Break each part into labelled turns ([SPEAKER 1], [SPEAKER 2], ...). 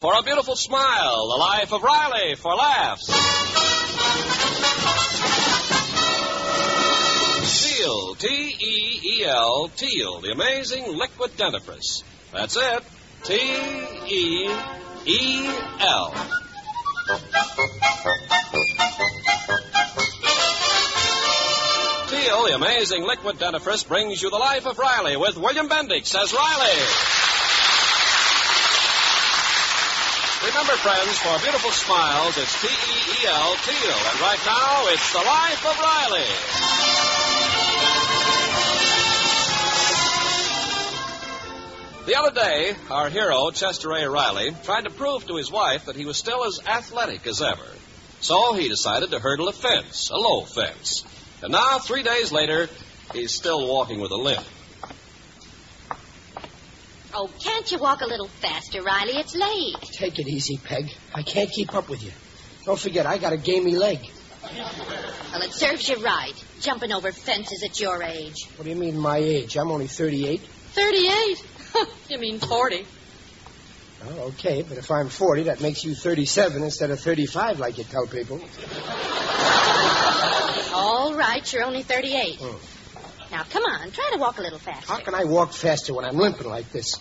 [SPEAKER 1] for a beautiful smile, the life of Riley for laughs. Teal, T E E L, Teal, the amazing liquid dentifrice. That's it, T E E L. Teal, the amazing liquid dentifrice, brings you the life of Riley with William Bendix as Riley. Remember, friends, for beautiful smiles, it's T E E L Teal. And right now, it's the life of Riley. The other day, our hero, Chester A. Riley, tried to prove to his wife that he was still as athletic as ever. So he decided to hurdle a fence, a low fence. And now, three days later, he's still walking with a limp.
[SPEAKER 2] Oh, can't you walk a little faster, Riley? It's late.
[SPEAKER 3] Take it easy, Peg. I can't keep up with you. Don't forget, I got a gamey leg.
[SPEAKER 2] Well, it serves you right. Jumping over fences at your age.
[SPEAKER 3] What do you mean, my age? I'm only 38.
[SPEAKER 4] 38? you mean 40.
[SPEAKER 3] Well, Oh, okay, but if I'm 40, that makes you 37 instead of 35, like you tell people.
[SPEAKER 2] All right, you're only 38.
[SPEAKER 3] Hmm.
[SPEAKER 2] Now, come on, try to walk a little faster.
[SPEAKER 3] How can I walk faster when I'm limping like this?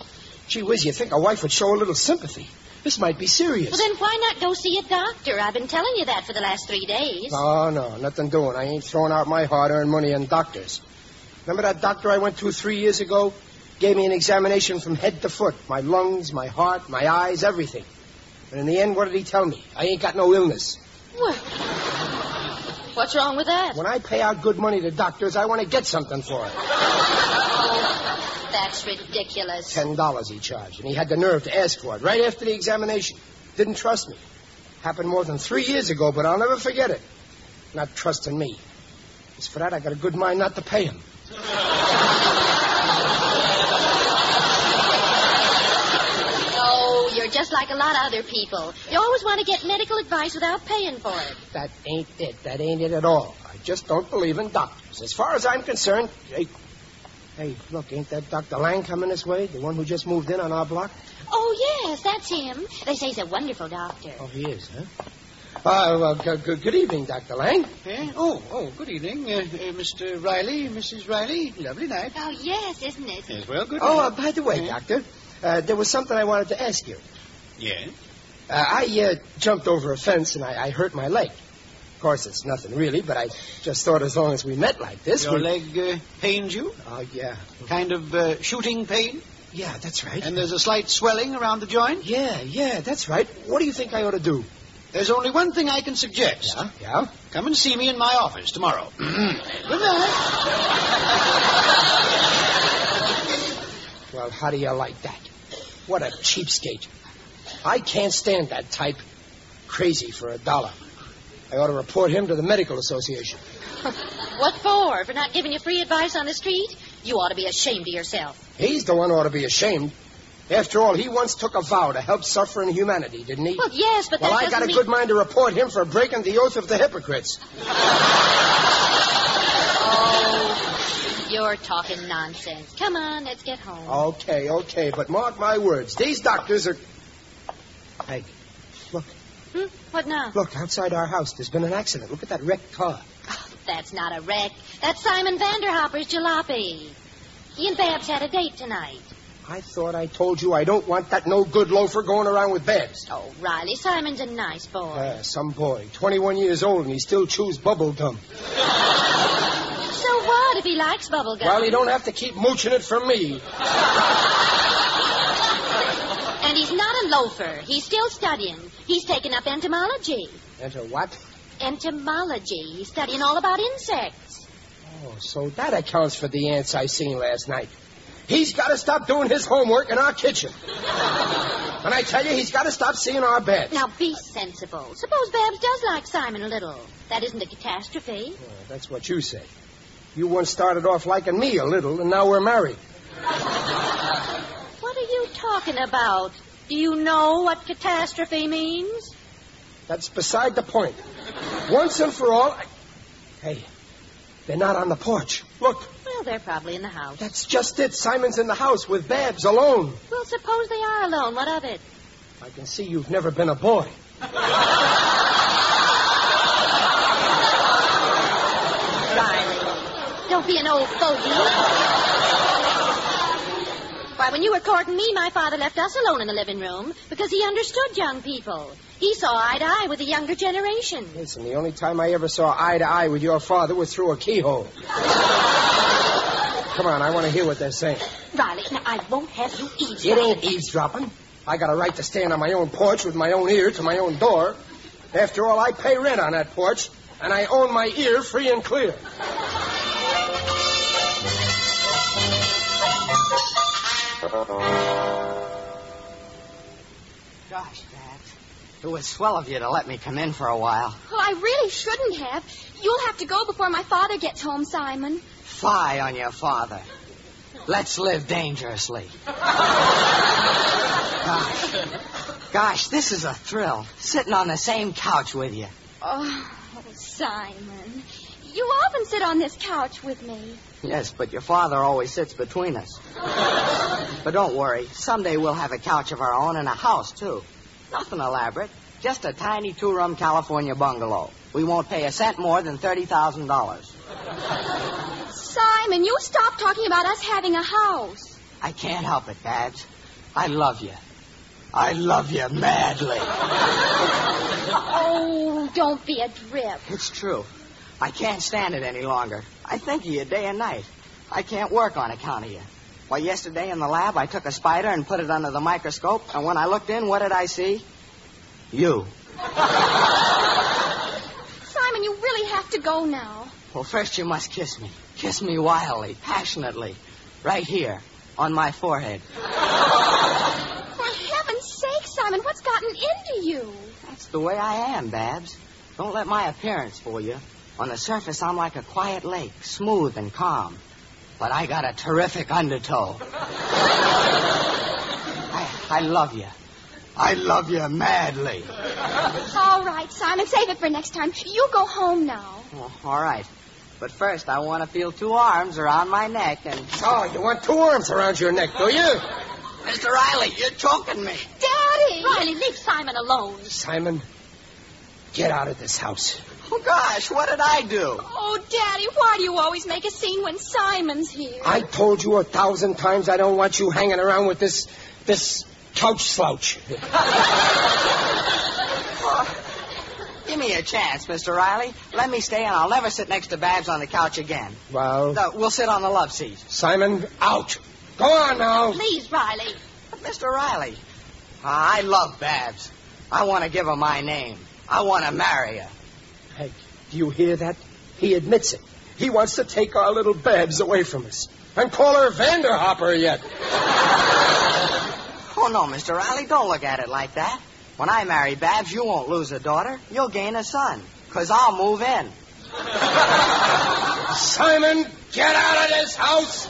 [SPEAKER 3] Gee whiz, you think a wife would show a little sympathy? This might be serious.
[SPEAKER 2] Well, then why not go see a doctor? I've been telling you that for the last three days.
[SPEAKER 3] No, no, nothing doing. I ain't throwing out my hard-earned money on doctors. Remember that doctor I went to three years ago? Gave me an examination from head to foot. My lungs, my heart, my eyes, everything. And in the end, what did he tell me? I ain't got no illness.
[SPEAKER 4] Well, what's wrong with that?
[SPEAKER 3] When I pay out good money to doctors, I want to get something for it.
[SPEAKER 2] That's ridiculous.
[SPEAKER 3] Ten dollars he charged, and he had the nerve to ask for it right after the examination. Didn't trust me. Happened more than three years ago, but I'll never forget it. Not trusting me. As for that, I got a good mind not to pay him.
[SPEAKER 2] Oh, you're just like a lot of other people. You always want to get medical advice without paying for it.
[SPEAKER 3] That ain't it. That ain't it at all. I just don't believe in doctors. As far as I'm concerned, hey, hey, look, ain't that Dr. Lang coming this way? The one who just moved in on our block?
[SPEAKER 2] Oh, yes, that's him. They say he's a wonderful doctor.
[SPEAKER 3] Oh, he is, huh? Uh, well, good, good, good evening, Dr. Lang.
[SPEAKER 5] Eh? Oh, oh, good evening, uh, uh, Mr. Riley, Mrs. Riley. Lovely night.
[SPEAKER 2] Oh, yes, isn't it?
[SPEAKER 5] Yes, well, good.
[SPEAKER 3] Oh, uh,
[SPEAKER 5] night.
[SPEAKER 3] by the way,
[SPEAKER 5] Eh?
[SPEAKER 3] Doctor, uh, there was something I wanted to ask you.
[SPEAKER 5] Yes.
[SPEAKER 3] Uh, I uh, jumped over a fence and I, I hurt my leg. Of course, it's nothing really, but I just thought as long as we met like this,
[SPEAKER 5] Your
[SPEAKER 3] we...
[SPEAKER 5] leg uh, pains you?
[SPEAKER 3] Oh, yeah.
[SPEAKER 5] Kind of uh, shooting pain?
[SPEAKER 3] Yeah, that's right.
[SPEAKER 5] And there's a slight swelling around the joint?
[SPEAKER 3] Yeah, yeah, that's right. What do you think I ought to do?
[SPEAKER 5] There's only one thing I can suggest.
[SPEAKER 3] Yeah?
[SPEAKER 5] Come and see me in my office tomorrow. good night.
[SPEAKER 3] Well, how do you like that? What a cheapskate. I can't stand that type. Crazy for a dollar. I ought to report him to the Medical Association.
[SPEAKER 2] What for? For not giving you free advice on the street? You ought to be ashamed of yourself.
[SPEAKER 3] He's the one who ought to be ashamed. After all, he once took a vow to help suffering humanity, didn't he?
[SPEAKER 2] Well, yes, but that
[SPEAKER 3] well, I
[SPEAKER 2] doesn't
[SPEAKER 3] got a
[SPEAKER 2] mean...
[SPEAKER 3] good mind to report him for breaking the oath of the hypocrites.
[SPEAKER 2] Oh, you're talking nonsense. Come on, let's get home.
[SPEAKER 3] Oh. Okay, okay, but mark my words. These doctors are. Hey, look,
[SPEAKER 2] Hmm? What now?
[SPEAKER 3] look, outside our house, there's been an accident. Look at that wrecked car.
[SPEAKER 2] That's not a wreck. That's Simon Vanderhopper's jalopy. He and Babs had a date tonight.
[SPEAKER 3] I thought I told you I don't want that no good loafer going around with Babs.
[SPEAKER 2] Oh, Riley, Simon's a nice boy.
[SPEAKER 3] Uh, some boy, 21 years old, and he still chews bubble gum.
[SPEAKER 2] so what if he likes bubblegum?
[SPEAKER 3] Well, he don't have to keep mooching it from me.
[SPEAKER 2] And he's not a loafer. He's still studying. He's taking up entomology.
[SPEAKER 3] Enter what?
[SPEAKER 2] Entomology. He's studying all about insects.
[SPEAKER 3] Oh, so that accounts for the ants I seen last night. He's got to stop doing his homework in our kitchen. and I tell you, he's got to stop seeing our beds.
[SPEAKER 2] Now, be sensible. Suppose Babs does like Simon a little. That isn't a catastrophe.
[SPEAKER 3] Well, Oh, that's what you say. You once started off liking me a little, and now we're married.
[SPEAKER 2] What are you talking about? Do you know what catastrophe means?
[SPEAKER 3] That's beside the point. Once and for all, I... hey, they're not on the porch. Look,
[SPEAKER 2] Well, they're probably in the house.
[SPEAKER 3] that's just it. Simon's in the house with Babs alone.
[SPEAKER 2] Well, suppose they are alone. What of it?
[SPEAKER 3] I can see you've never been a boy.
[SPEAKER 2] Riley. Don't be an old fogey. Why, when you were courting me, my father left us alone in the living room because he understood young people. He saw eye to eye with the younger generation.
[SPEAKER 3] Listen, the only time I ever saw eye to eye with your father was through a keyhole. Come on, I want to hear what they're saying.
[SPEAKER 2] Riley, now I won't have you
[SPEAKER 3] It
[SPEAKER 2] eavesdrop.
[SPEAKER 3] ain't eavesdropping. I got a right to stand on my own porch with my own ear to my own door. After all, I pay rent on that porch, and I own my ear free and clear.
[SPEAKER 6] Gosh, Pat. It was swell of you to let me come in for a while.
[SPEAKER 7] Well, I really shouldn't have. You'll have to go before my father gets home, Simon.
[SPEAKER 6] Fie on your father. Let's live dangerously. Gosh. Gosh, this is a thrill. Sitting on the same couch with you.
[SPEAKER 7] Oh, Simon. You often sit on this couch with me.
[SPEAKER 6] Yes, but your father always sits between us. but don't worry. Someday we'll have a couch of our own and a house, too. Nothing elaborate. Just a tiny two-room California bungalow. We won't pay a cent more than $30,000.
[SPEAKER 7] Simon, you stop talking about us having a house.
[SPEAKER 6] I can't help it, Babs. I love you. I love you madly.
[SPEAKER 7] Oh, don't be a drip.
[SPEAKER 6] It's true. I can't stand it any longer. I think of you day and night. I can't work on account of you. Why, yesterday in the lab, I took a spider and put it under the microscope, and when I looked in, what did I see? You.
[SPEAKER 7] Simon, you really have to go now.
[SPEAKER 6] Well, first you must kiss me. Kiss me wildly, passionately. Right here, on my forehead.
[SPEAKER 7] For heaven's sake, Simon, what's gotten into you?
[SPEAKER 6] That's the way I am, Babs. Don't let my appearance fool you. On the surface, I'm like a quiet lake, smooth and calm. But I got a terrific undertow. I, I love you. I love you madly.
[SPEAKER 7] All right, Simon, save it for next time. You go home now.
[SPEAKER 6] Oh, all right. But first, I want to feel two arms around my neck and.
[SPEAKER 3] Oh, you want two arms around your neck, do you?
[SPEAKER 6] Mr. Riley, you're choking me.
[SPEAKER 7] Daddy!
[SPEAKER 2] Riley, leave Simon alone.
[SPEAKER 3] Simon, get out of this house.
[SPEAKER 6] Oh, gosh, what did I do?
[SPEAKER 7] Oh, Daddy, why do you always make a scene when Simon's here?
[SPEAKER 3] I told you a thousand times I don't want you hanging around with this, this couch slouch.
[SPEAKER 6] Give me a chance, Mr. Riley. Let me stay, and I'll never sit next to Babs on the couch again.
[SPEAKER 3] Well,
[SPEAKER 6] No, we'll sit on the love seat.
[SPEAKER 3] Simon, out. Go on now.
[SPEAKER 2] Please, Riley.
[SPEAKER 6] But Mr. Riley, I love Babs. I want to give her my name. I want to marry her.
[SPEAKER 3] Hey, do you hear that? He admits it. He wants to take our little Babs away from us and call her Vanderhopper yet.
[SPEAKER 6] Oh, no, Mr. Riley, don't look at it like that. When I marry Babs, you won't lose a daughter. You'll gain a son. Because I'll move in.
[SPEAKER 3] Simon, get out of this house.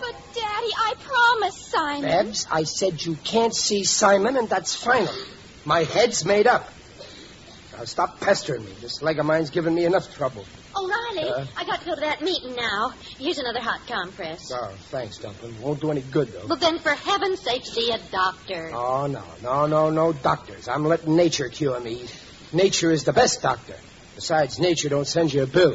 [SPEAKER 7] But, Daddy, I promised Simon.
[SPEAKER 3] Babs, I said you can't see Simon, and that's final. My head's made up. Now stop pestering me. This leg of mine's giving me enough trouble.
[SPEAKER 2] Oh, Riley,
[SPEAKER 3] Uh.
[SPEAKER 2] I got to go to that meeting now. Here's another hot compress.
[SPEAKER 3] Oh, thanks, Duncan. Won't do any good, though.
[SPEAKER 2] Well, then, for heaven's sake, see a doctor.
[SPEAKER 3] Oh, no, no, no, no, doctors. I'm letting nature cure me. Nature is the best doctor. Besides, nature don't send you a bill.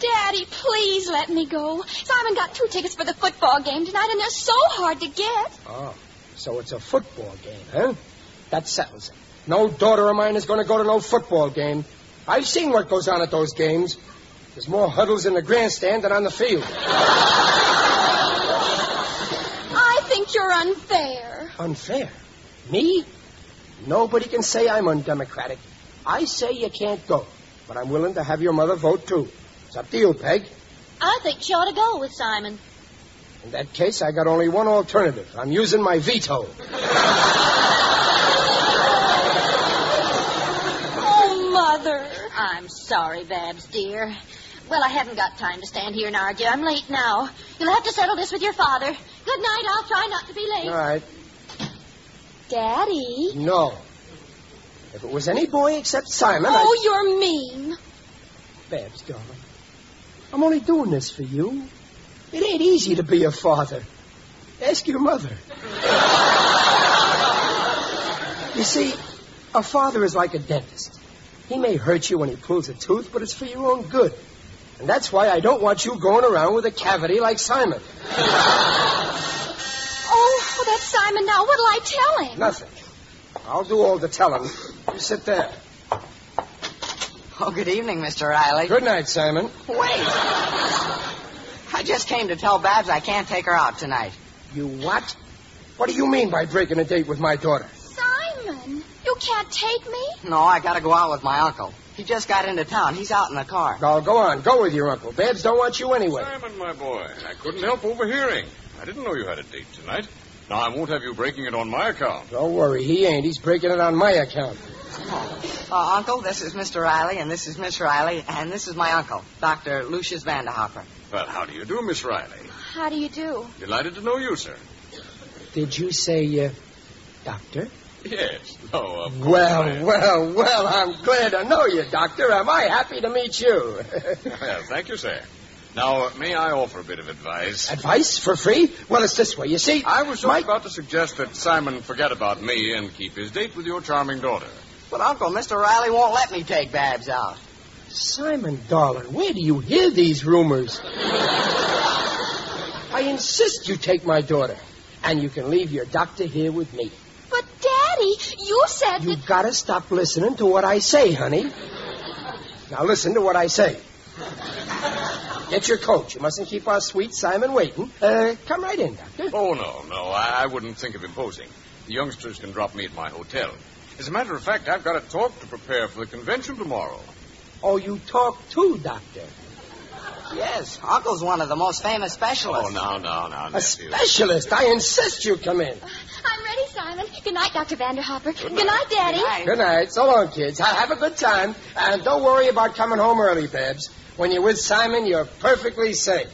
[SPEAKER 7] Daddy, please let me go. Simon got two tickets for the football game tonight, and they're so hard to get.
[SPEAKER 3] Oh, so it's a football game, huh? That settles it. No daughter of mine is going to go to no football game. I've seen what goes on at those games. There's more huddles in the grandstand than on the field.
[SPEAKER 7] I think you're unfair.
[SPEAKER 3] Unfair. Me? Nobody can say I'm undemocratic. I say you can't go, but I'm willing to have your mother vote too. It's up to you, Peg.
[SPEAKER 2] I think she ought to go with Simon.
[SPEAKER 3] In that case, I got only one alternative. I'm using my veto.
[SPEAKER 7] Oh, Mother.
[SPEAKER 2] I'm sorry, Babs, dear. Well, I haven't got time to stand here and argue. I'm late now. You'll have to settle this with your father. Good night. I'll try not to be late.
[SPEAKER 3] All right.
[SPEAKER 7] Daddy.
[SPEAKER 3] No. If
[SPEAKER 2] Oh,
[SPEAKER 3] it was any boy except Simon,
[SPEAKER 7] Oh, you're mean.
[SPEAKER 3] I... Babs, darling. I'm only doing this for you. It ain't easy to be a father. Ask your mother. you see, a father is like a dentist. He may hurt you when he pulls a tooth, but it's for your own good. And that's why I don't want you going around with a cavity like Simon.
[SPEAKER 7] Oh, well, that's Simon now. What'll I tell him?
[SPEAKER 3] Nothing. I'll do all the telling. You sit there.
[SPEAKER 6] Oh, good evening, Mr. Riley.
[SPEAKER 3] Good night, Simon.
[SPEAKER 6] Wait. I just came to tell Babs I can't take her out tonight.
[SPEAKER 3] You what? What do you mean by breaking a date with my daughter?
[SPEAKER 7] Simon, you can't take me?
[SPEAKER 6] No, I gotta go out with my uncle. He just got into town. He's out in the car.
[SPEAKER 3] Now, go on. Go with your uncle. Babs don't want you anyway.
[SPEAKER 8] Simon, my boy, I couldn't help overhearing. I didn't know you had a date tonight. Now, I won't have you breaking it on my account.
[SPEAKER 3] Don't worry. He ain't. He's breaking it on my account.
[SPEAKER 6] Uh, uncle, this is Mr. Riley, and this is Miss Riley, and this is my uncle, Dr. Lucius Vanderhopper.
[SPEAKER 8] Well, how do you do, Miss Riley?
[SPEAKER 7] How do you do?
[SPEAKER 8] Delighted to know you, sir.
[SPEAKER 3] Did you say, uh, doctor?
[SPEAKER 8] Yes. No, um, of course. I
[SPEAKER 3] Well,
[SPEAKER 8] am.
[SPEAKER 3] well, well, I'm glad to know you, Doctor. Am I happy to meet you?
[SPEAKER 8] Well, thank you, sir. Now, uh, may I offer a bit of advice?
[SPEAKER 3] Advice for free? Well, it's this way. You see,
[SPEAKER 8] I was just
[SPEAKER 3] Mike-
[SPEAKER 8] about to suggest that Simon forget about me and keep his date with your charming daughter.
[SPEAKER 6] But, Uncle, Mr. Riley won't let me take Babs out.
[SPEAKER 3] Simon, darling, where do you hear these rumors? I insist you take my daughter, and you can leave your doctor here with me.
[SPEAKER 7] But, Daddy, you said
[SPEAKER 3] You
[SPEAKER 7] that.
[SPEAKER 3] gotta stop listening to what I say, honey. Now listen to what I say. Get your coat. You mustn't keep our sweet Simon waiting. Uh, come right in, Doctor.
[SPEAKER 8] Oh, no, no. I, I wouldn't think of imposing. The youngsters can drop me at my hotel. As a matter of fact, I've got a talk to prepare for the convention tomorrow.
[SPEAKER 3] Oh, you talk too, Doctor.
[SPEAKER 6] Yes, Uncle's one of the most famous
[SPEAKER 8] Oh,
[SPEAKER 6] specialists.
[SPEAKER 8] now, now, now,
[SPEAKER 3] A
[SPEAKER 8] nephew.
[SPEAKER 3] specialist. I insist you come in.
[SPEAKER 7] I'm ready, Simon. Good night, Dr. Vanderhopper. Good night,
[SPEAKER 6] Good
[SPEAKER 7] Daddy.
[SPEAKER 6] night.
[SPEAKER 3] Good night. So long, kids. Ha- Have a good time. And don't worry about coming home early, Babs. When you're with Simon, you're perfectly safe.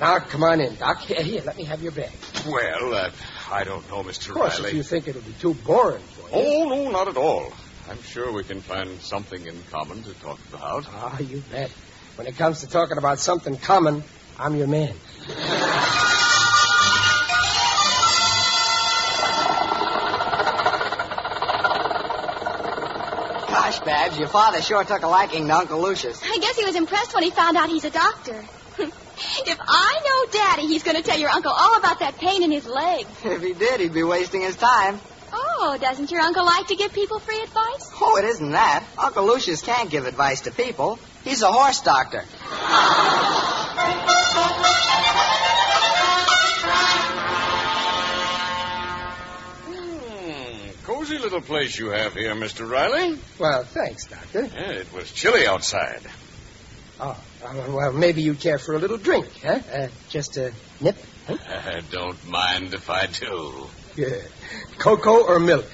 [SPEAKER 3] Now, come on in, Doc. Here, here, let me have your bag.
[SPEAKER 8] Well, uh, I don't know, Mr.
[SPEAKER 3] Of course,
[SPEAKER 8] Riley.
[SPEAKER 3] if you think it'll be too boring for you.
[SPEAKER 8] Oh, no, not at all. I'm sure we can find something in common to talk about.
[SPEAKER 3] Ah, you bet. When it comes to talking about something common, I'm your man.
[SPEAKER 6] Gosh, Babs, your father sure took a liking to Uncle Lucius.
[SPEAKER 7] I guess he was impressed when he found out he's a doctor. if I know Daddy, he's going to tell your uncle all about that pain in his leg.
[SPEAKER 6] If he did, he'd be wasting his time.
[SPEAKER 7] Oh, doesn't your uncle like to give people free advice?
[SPEAKER 6] Oh, it isn't that. Uncle Lucius can't give advice to people. He's a horse doctor.
[SPEAKER 8] Hmm, cozy little place you have here, Mr. Riley.
[SPEAKER 3] Well, thanks, Doctor.
[SPEAKER 8] Yeah, it was chilly outside.
[SPEAKER 3] Oh, well, well, maybe you care for a little drink, huh? Uh, just a nip? Huh?
[SPEAKER 8] I don't mind if I do.
[SPEAKER 3] Yeah. Cocoa or milk?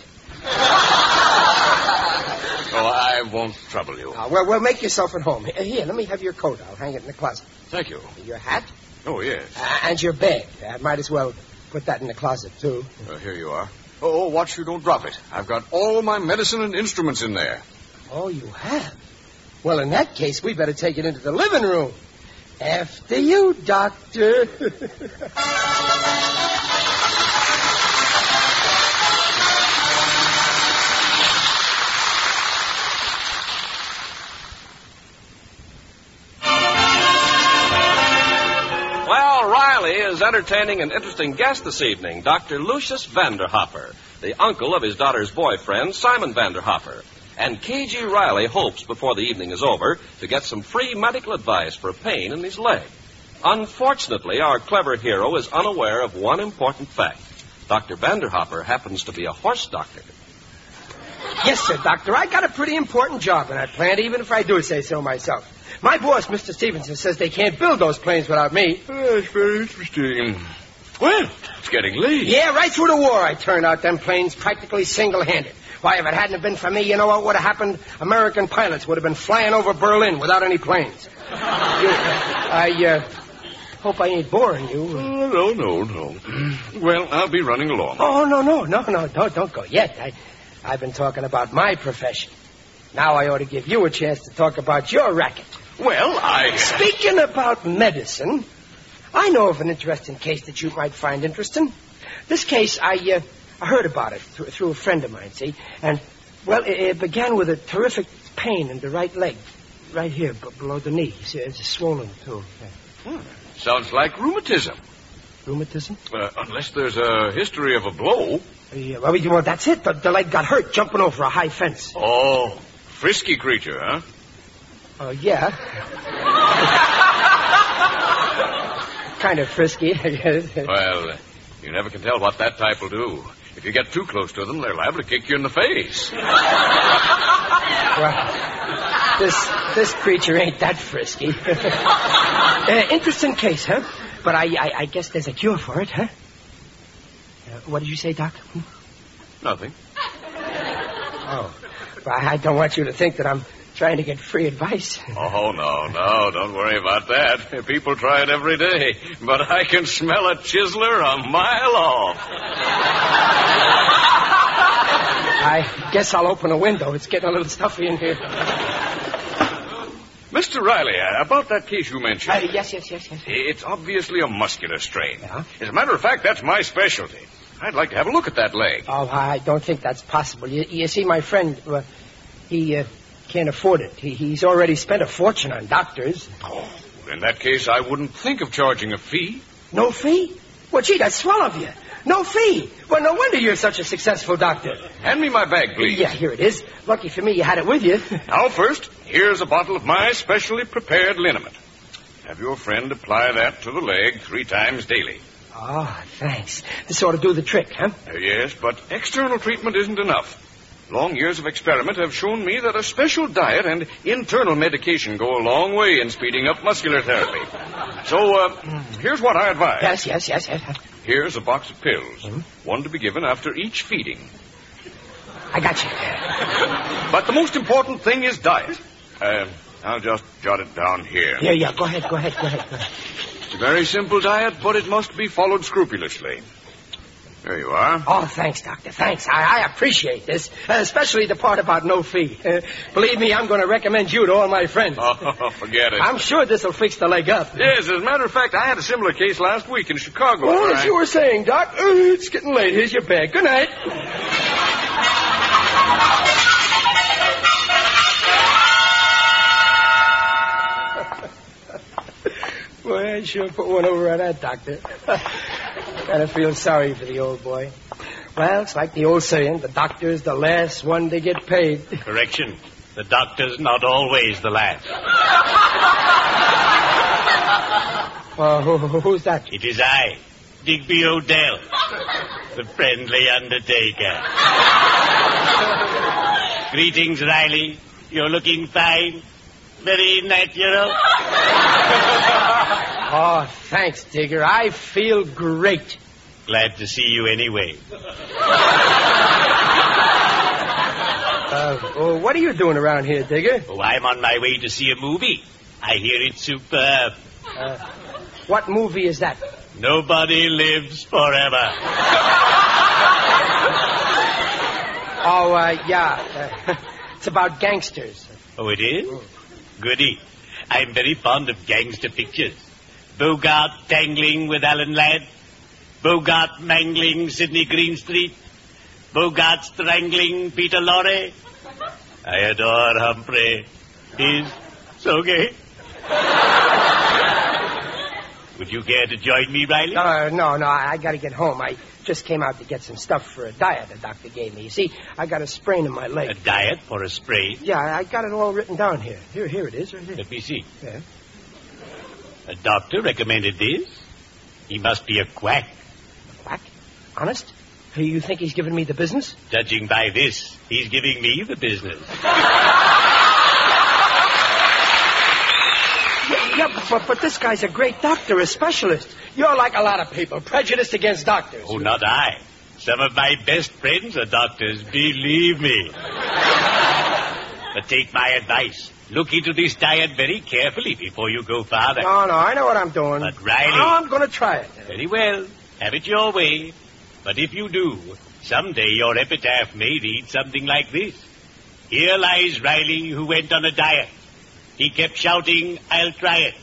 [SPEAKER 8] Oh, I won't trouble you.
[SPEAKER 3] Ah, well, well, make yourself at home. Here, Here, let me have your coat. I'll hang it in the closet.
[SPEAKER 8] Thank you.
[SPEAKER 3] Your hat?
[SPEAKER 8] Oh, yes.
[SPEAKER 3] Uh, and your bag. I might as well put that in the closet, too.
[SPEAKER 8] Well, Uh, here you are. Oh, oh, watch you don't drop it. I've got all my medicine and instruments in there.
[SPEAKER 3] Oh, you have? Well, in that case, we better take it into the living room. After you, Doctor.
[SPEAKER 1] Well, Riley is entertaining an interesting guest this evening, Dr. Lucius Vanderhopper, the uncle of his daughter's boyfriend, Simon Vanderhopper. And K.G. Riley hopes before the evening is over to get some free medical advice for pain in his leg. Unfortunately, our clever hero is unaware of one important fact. Dr. Vanderhopper happens to be a horse doctor.
[SPEAKER 3] yes, sir, Doctor. I got a pretty important job in that plant, even if I do say so myself. My boss, Mr. Stevenson, says they can't build those planes without me.
[SPEAKER 8] That's very interesting. Well, it's getting late.
[SPEAKER 3] Yeah, right through the war, I turned out them planes practically single-handed. Why, if it hadn't have been for me, you know what would have happened? American pilots would have been flying over Berlin without any planes. You- I uh, hope I ain't boring you.
[SPEAKER 8] Oh, no, no, no. Well, I'll be running along.
[SPEAKER 3] Oh no, no, no, no, don't don't go yet. I, I've been talking about my profession. Now I ought to give you a chance to talk about your racket.
[SPEAKER 8] Well, I.
[SPEAKER 3] Speaking about medicine, I know of an interesting case that you might find interesting. This case, I, uh, I heard about it through, through a friend of mine, see? And, well, it, it began with a terrific pain in the right leg, right here, b- below the knee. You see, it's swollen, uh, too. Yeah.
[SPEAKER 8] Sounds like rheumatism.
[SPEAKER 3] Rheumatism? Uh,
[SPEAKER 8] Uh, unless there's a history of a blow.
[SPEAKER 3] Yeah, well, you know, that's it. The, the leg got hurt jumping over a high fence.
[SPEAKER 8] Oh, frisky creature, huh?
[SPEAKER 3] Uh, yeah. kind of frisky, I guess.
[SPEAKER 8] Well, uh, you never can tell what that type will do. If you get too close to them, they're liable to kick you in the face.
[SPEAKER 3] Well, this this creature ain't that frisky. uh, interesting case, huh? But I, I I guess there's a cure for it, huh? Uh, what did you say, Doc? Hmm?
[SPEAKER 8] Nothing.
[SPEAKER 3] Oh, well, I don't want you to think that I'm trying to get free advice.
[SPEAKER 8] Oh, no, no, don't worry about that. People try it every day, but I can smell a chiseler a mile off.
[SPEAKER 3] I guess I'll open a window. It's getting a little stuffy in here.
[SPEAKER 8] Mr. Riley, uh, about that case you mentioned.
[SPEAKER 3] Uh, yes, yes, yes, yes.
[SPEAKER 8] It's obviously a muscular strain.
[SPEAKER 3] Yeah.
[SPEAKER 8] As a matter of fact, that's my specialty. I'd like to have a look at that leg.
[SPEAKER 3] Oh, I don't think that's possible. You, you see, my friend, uh, he uh, can't afford it. He, he's already spent a fortune on doctors.
[SPEAKER 8] Oh, in that case, I wouldn't think of charging a fee.
[SPEAKER 3] No fee? Well, gee, that's swell of you. No fee. Well, no wonder you're such a successful doctor.
[SPEAKER 8] Hand me my bag, please.
[SPEAKER 3] Yeah, here it is. Lucky for me, you had it with you.
[SPEAKER 8] Now, first, here's a bottle of my specially prepared liniment. Have your friend apply that to the leg three times daily.
[SPEAKER 3] Oh, thanks. This ought to do the trick, huh?
[SPEAKER 8] Uh, yes, but external treatment isn't enough. Long years of experiment have shown me that a special diet and internal medication go a long way in speeding up muscular therapy. So, uh, here's what I advise.
[SPEAKER 3] Yes, yes, yes, yes.
[SPEAKER 8] Here's a box of pills,
[SPEAKER 3] Hmm?
[SPEAKER 8] one to be given after each feeding.
[SPEAKER 3] I got you.
[SPEAKER 8] But the most important thing is diet. Uh, I'll just jot it down here.
[SPEAKER 3] Yeah, yeah, go ahead, go ahead, go ahead. Go ahead.
[SPEAKER 8] It's a very simple diet, but it must be followed scrupulously. There you are.
[SPEAKER 3] Oh, thanks, Doctor. Thanks. I, I appreciate this, uh, especially the part about no fee. Uh, believe me, I'm going to recommend you to all my friends.
[SPEAKER 8] Oh, forget it.
[SPEAKER 3] I'm sure this will fix the leg up.
[SPEAKER 8] Yes, as a matter of fact, I had a similar case last week in Chicago.
[SPEAKER 3] Well,
[SPEAKER 8] where
[SPEAKER 3] as
[SPEAKER 8] I-
[SPEAKER 3] you were saying, Doc, uh, it's getting late. Here's your bag. Good night. Boy, I sure put one over on that doctor. kind of feel sorry for the old boy. Well, it's like the old saying, the doctor is the last one to get paid.
[SPEAKER 9] Correction. The doctor's not always the last.
[SPEAKER 3] Uh, who- who- who's that?
[SPEAKER 9] It is I, Digby Odell, the friendly undertaker. Greetings, Riley. You're looking fine. Very natural.
[SPEAKER 3] Oh, thanks, Digger. I feel great.
[SPEAKER 9] Glad to see you anyway.
[SPEAKER 3] Uh, oh, what are you doing around here, Digger?
[SPEAKER 9] Oh, I'm on my way to see a movie. I hear it's superb.
[SPEAKER 3] Uh, what movie is that?
[SPEAKER 9] Nobody lives forever.
[SPEAKER 3] Oh, uh, yeah. Uh, it's about gangsters.
[SPEAKER 9] Oh, it is? Goody. I'm very fond of gangster pictures. Bogart tangling with Alan Ladd. Bogart mangling Sidney Greenstreet. Bogart strangling Peter Lorre. I adore Humphrey. He's so gay. Would you care to join me, Riley?
[SPEAKER 3] Uh, no, no, I, I got to get home. I just came out to get some stuff for a diet the doctor gave me. You see, I got a sprain in my
[SPEAKER 9] A
[SPEAKER 3] leg.
[SPEAKER 9] diet for a sprain?
[SPEAKER 3] Yeah, I I got it all written down here. Here, here it is, right here.
[SPEAKER 9] Let me see.
[SPEAKER 3] Yeah.
[SPEAKER 9] A doctor recommended this? He must be a quack.
[SPEAKER 3] Quack. Honest? Hey, You think he's giving me the business?
[SPEAKER 9] Judging by this, he's giving me the business.
[SPEAKER 3] Yeah, yeah but, but this guy's a great doctor, a specialist. You're like a lot of people, prejudiced against doctors.
[SPEAKER 9] Oh, not I. Some of my best friends are doctors, believe me. but take my advice. Look into this diet very carefully before you go farther.
[SPEAKER 3] No, no, I know what I'm doing.
[SPEAKER 9] But Riley-
[SPEAKER 3] Now I'm going to try it.
[SPEAKER 9] Very well. Have it your way. But if you do, someday your epitaph may read something like this. Here lies Riley who went on a diet. He kept shouting, I'll try it.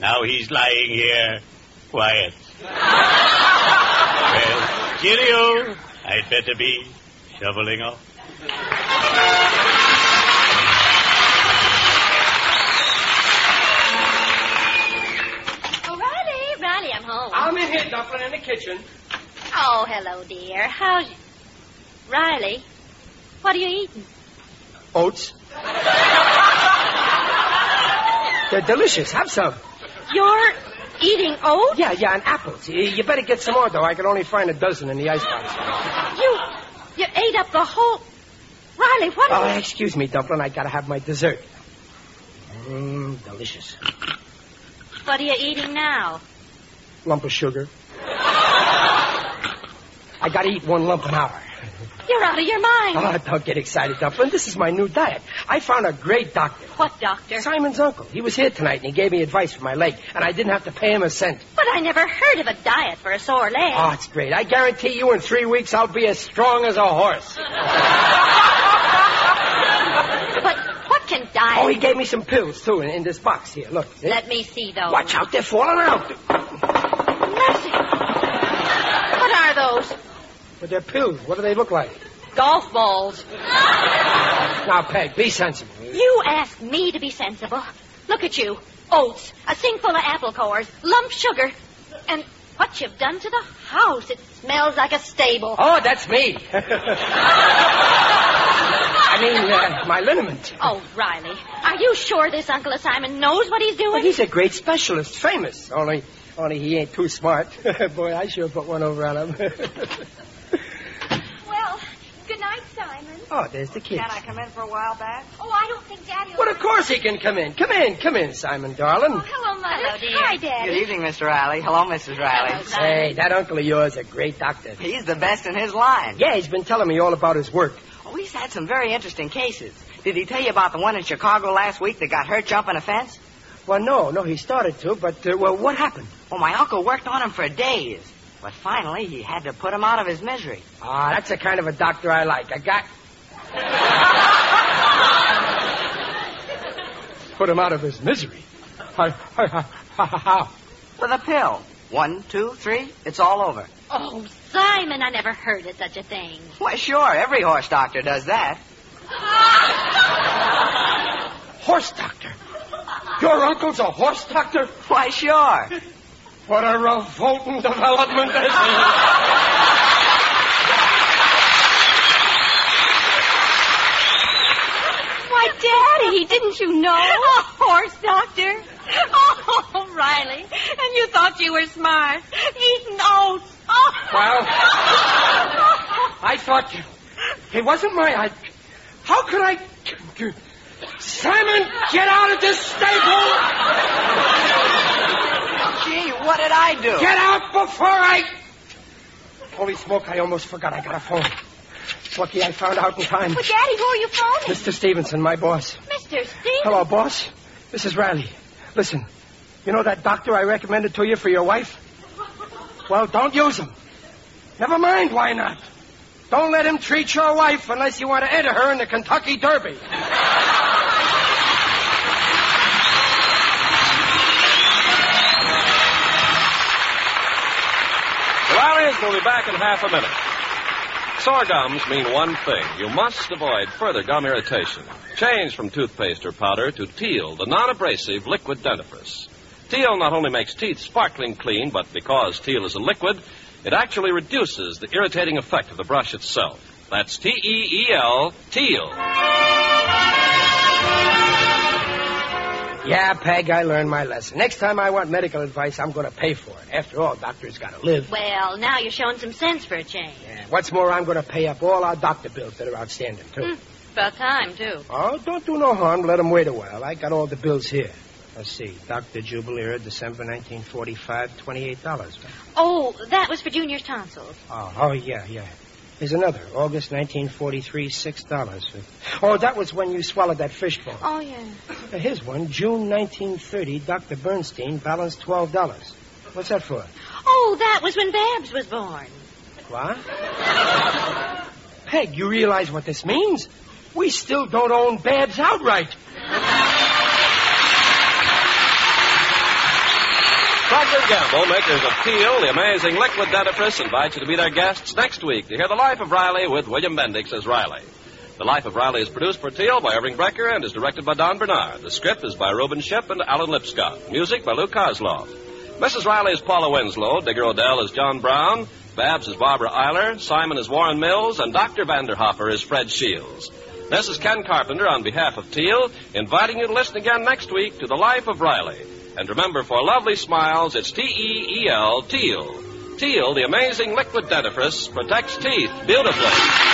[SPEAKER 9] Now he's lying here, quiet. well, cheerio. I'd better be shoveling off.
[SPEAKER 2] Riley, Riley, Oh, I'm home.
[SPEAKER 10] I'm in here, Dumpling, in the kitchen.
[SPEAKER 2] Oh, hello, dear. How's you? Riley, what are you eating?
[SPEAKER 3] Oats. They're delicious. Have some.
[SPEAKER 2] You're eating oats?
[SPEAKER 3] Yeah, yeah, and apples. You- You better get some more, though. I can only find a dozen in the icebox.
[SPEAKER 2] You you ate up the whole Riley, what
[SPEAKER 3] Oh,
[SPEAKER 2] are you
[SPEAKER 3] excuse me, Dumpling. I gotta have my dessert. Mmm, delicious.
[SPEAKER 2] what are you eating now?
[SPEAKER 3] Lump of sugar. I gotta eat one lump an hour.
[SPEAKER 2] You're out of your mind.
[SPEAKER 3] Oh, don't get excited, Dumpling. This is my new diet. I found a great doctor.
[SPEAKER 2] What doctor?
[SPEAKER 3] Simon's uncle. He was here tonight and he gave me advice for my leg, and I didn't have to pay him a cent.
[SPEAKER 2] But I never heard of a diet for a sore leg.
[SPEAKER 3] Oh, it's great. I guarantee you in three weeks I'll be as strong as a horse.
[SPEAKER 2] But what can diet
[SPEAKER 3] Oh, he gave me some pills, too, in, in this box here. Look. see?
[SPEAKER 2] Let me see those.
[SPEAKER 3] Watch out, they're falling out.
[SPEAKER 2] Mercy. What are those?
[SPEAKER 3] But they're pills. What do they look like?
[SPEAKER 2] Golf balls.
[SPEAKER 3] Now, Peg, be sensible.
[SPEAKER 2] You asked me to be sensible. Look at you. Oats, a sinkful of apple cores, lump sugar, and what you've done to the house. It smells like a stable.
[SPEAKER 3] Oh, that's me. I mean, uh, my liniment.
[SPEAKER 2] Oh, Riley, are you sure this Uncle Simon knows what he's doing?
[SPEAKER 3] But he's a great specialist, famous. Only, only he ain't too smart. Boy, I sure put one over on him.
[SPEAKER 7] Well, good night, Simon.
[SPEAKER 3] oh, there's the kids.
[SPEAKER 11] come in for a while back?
[SPEAKER 7] Oh, I don't think Daddy will. Oh,
[SPEAKER 3] Well, of course he can come in. Come in, come in, Simon, darling.
[SPEAKER 7] Hello, Mother.
[SPEAKER 2] Hello, dear.
[SPEAKER 7] Hi, Daddy.
[SPEAKER 6] Good evening, Mr. Riley. Hello, Mrs. Riley.
[SPEAKER 3] Say, that uncle of yours a great doctor.
[SPEAKER 6] He's the best in his line.
[SPEAKER 3] Yeah, he's been telling me all about his work.
[SPEAKER 6] Oh, he's had some very interesting cases. Did he tell you about the one in Chicago last week that got hurt jumping a fence?
[SPEAKER 3] Well, no, no, he started to, but, uh, well, what happened?
[SPEAKER 6] Well, my uncle worked on him for days. But finally, he had to put him out of his misery.
[SPEAKER 3] Ah, that's the kind of a doctor I like. I got. Put him out of his misery. How? how- how- how?
[SPEAKER 6] With a pill. One, two, three, it's all over.
[SPEAKER 2] Oh, Simon, I never heard of such a thing.
[SPEAKER 6] Why, sure, every horse doctor does that.
[SPEAKER 3] Horse doctor. Your uncle's a horse doctor?
[SPEAKER 6] Why, sure.
[SPEAKER 3] What a revolting development this is.
[SPEAKER 7] Why, Daddy, didn't you know?
[SPEAKER 2] A horse doctor? Oh, Riley, and you thought you were smart. Eating oats. Oh.
[SPEAKER 3] Well, I thought it wasn't my. I, how could I? Simon, get out of this stable!
[SPEAKER 6] Gee, what did I do?
[SPEAKER 3] Get out before I. Holy smoke! I almost forgot I got a phone. Lucky I found out in time.
[SPEAKER 7] Well, Daddy, who are you phoning?
[SPEAKER 3] Mr. Stevenson, my boss.
[SPEAKER 2] Mr. Steve.
[SPEAKER 3] Hello, boss. This is Riley. Listen, you know that doctor I recommended to you for your wife? Well, don't use him. Never mind why not. Don't let him treat your wife unless you want to enter her in the Kentucky Derby.
[SPEAKER 1] The Rileys will be back in half a minute. Sore gums mean one thing. You must avoid further gum irritation. Change from toothpaste or powder to Teal, the non-abrasive liquid dentifrice. Teal not only makes teeth sparkling clean, but because Teal is a liquid, it actually reduces the irritating effect of the brush itself. That's T-E-E-L, Teal.
[SPEAKER 3] Yeah, Peg, I learned my lesson. Next time I want medical advice, I'm going to pay for it. After all, doctors got to live.
[SPEAKER 2] Well, now you're showing some sense for a change.
[SPEAKER 3] Yeah, What's more, I'm going to pay up all our doctor bills that are outstanding, too.
[SPEAKER 2] Hmm,
[SPEAKER 4] About time, too.
[SPEAKER 3] Oh, don't do no harm. Let them wait a while. I got all the bills here. Let's see. Dr. Jubilera, December 1945, $28.
[SPEAKER 2] Oh, that was for Junior's tonsils.
[SPEAKER 3] Oh, oh, yeah, yeah. Here's another. August 1943, $6. for- Oh, that was when you swallowed that fishbowl.
[SPEAKER 2] Oh, yeah.
[SPEAKER 3] Uh, Here's one. June 1930, Dr. Bernstein, balance $12. What's that for?
[SPEAKER 2] Oh, that was when Babs was born.
[SPEAKER 3] What? Peg, you realize what this means? We still don't own Babs outright.
[SPEAKER 1] Procter Gamble, makers of Peel, the amazing liquid dentifrice, invite you to be their guests next week to hear The Life of Riley with William Bendix as Riley. The Life of Riley is produced for Teal by Irving Brecker and is directed by Don Bernard. The script is by Reuben Ship and Alan Lipscott. Music by Lou Kozloff. Mrs. Riley is Paula Winslow. Digger Odell is John Brown. Babs is Barbara Eiler. Simon is Warren Mills. And Dr. Vanderhoffer is Fred Shields. This is Ken Carpenter on behalf of Teal, inviting you to listen again next week to The Life of Riley. And remember, for lovely smiles, it's T E E L, Teal. Teal, the amazing liquid dentifrice, protects teeth beautifully.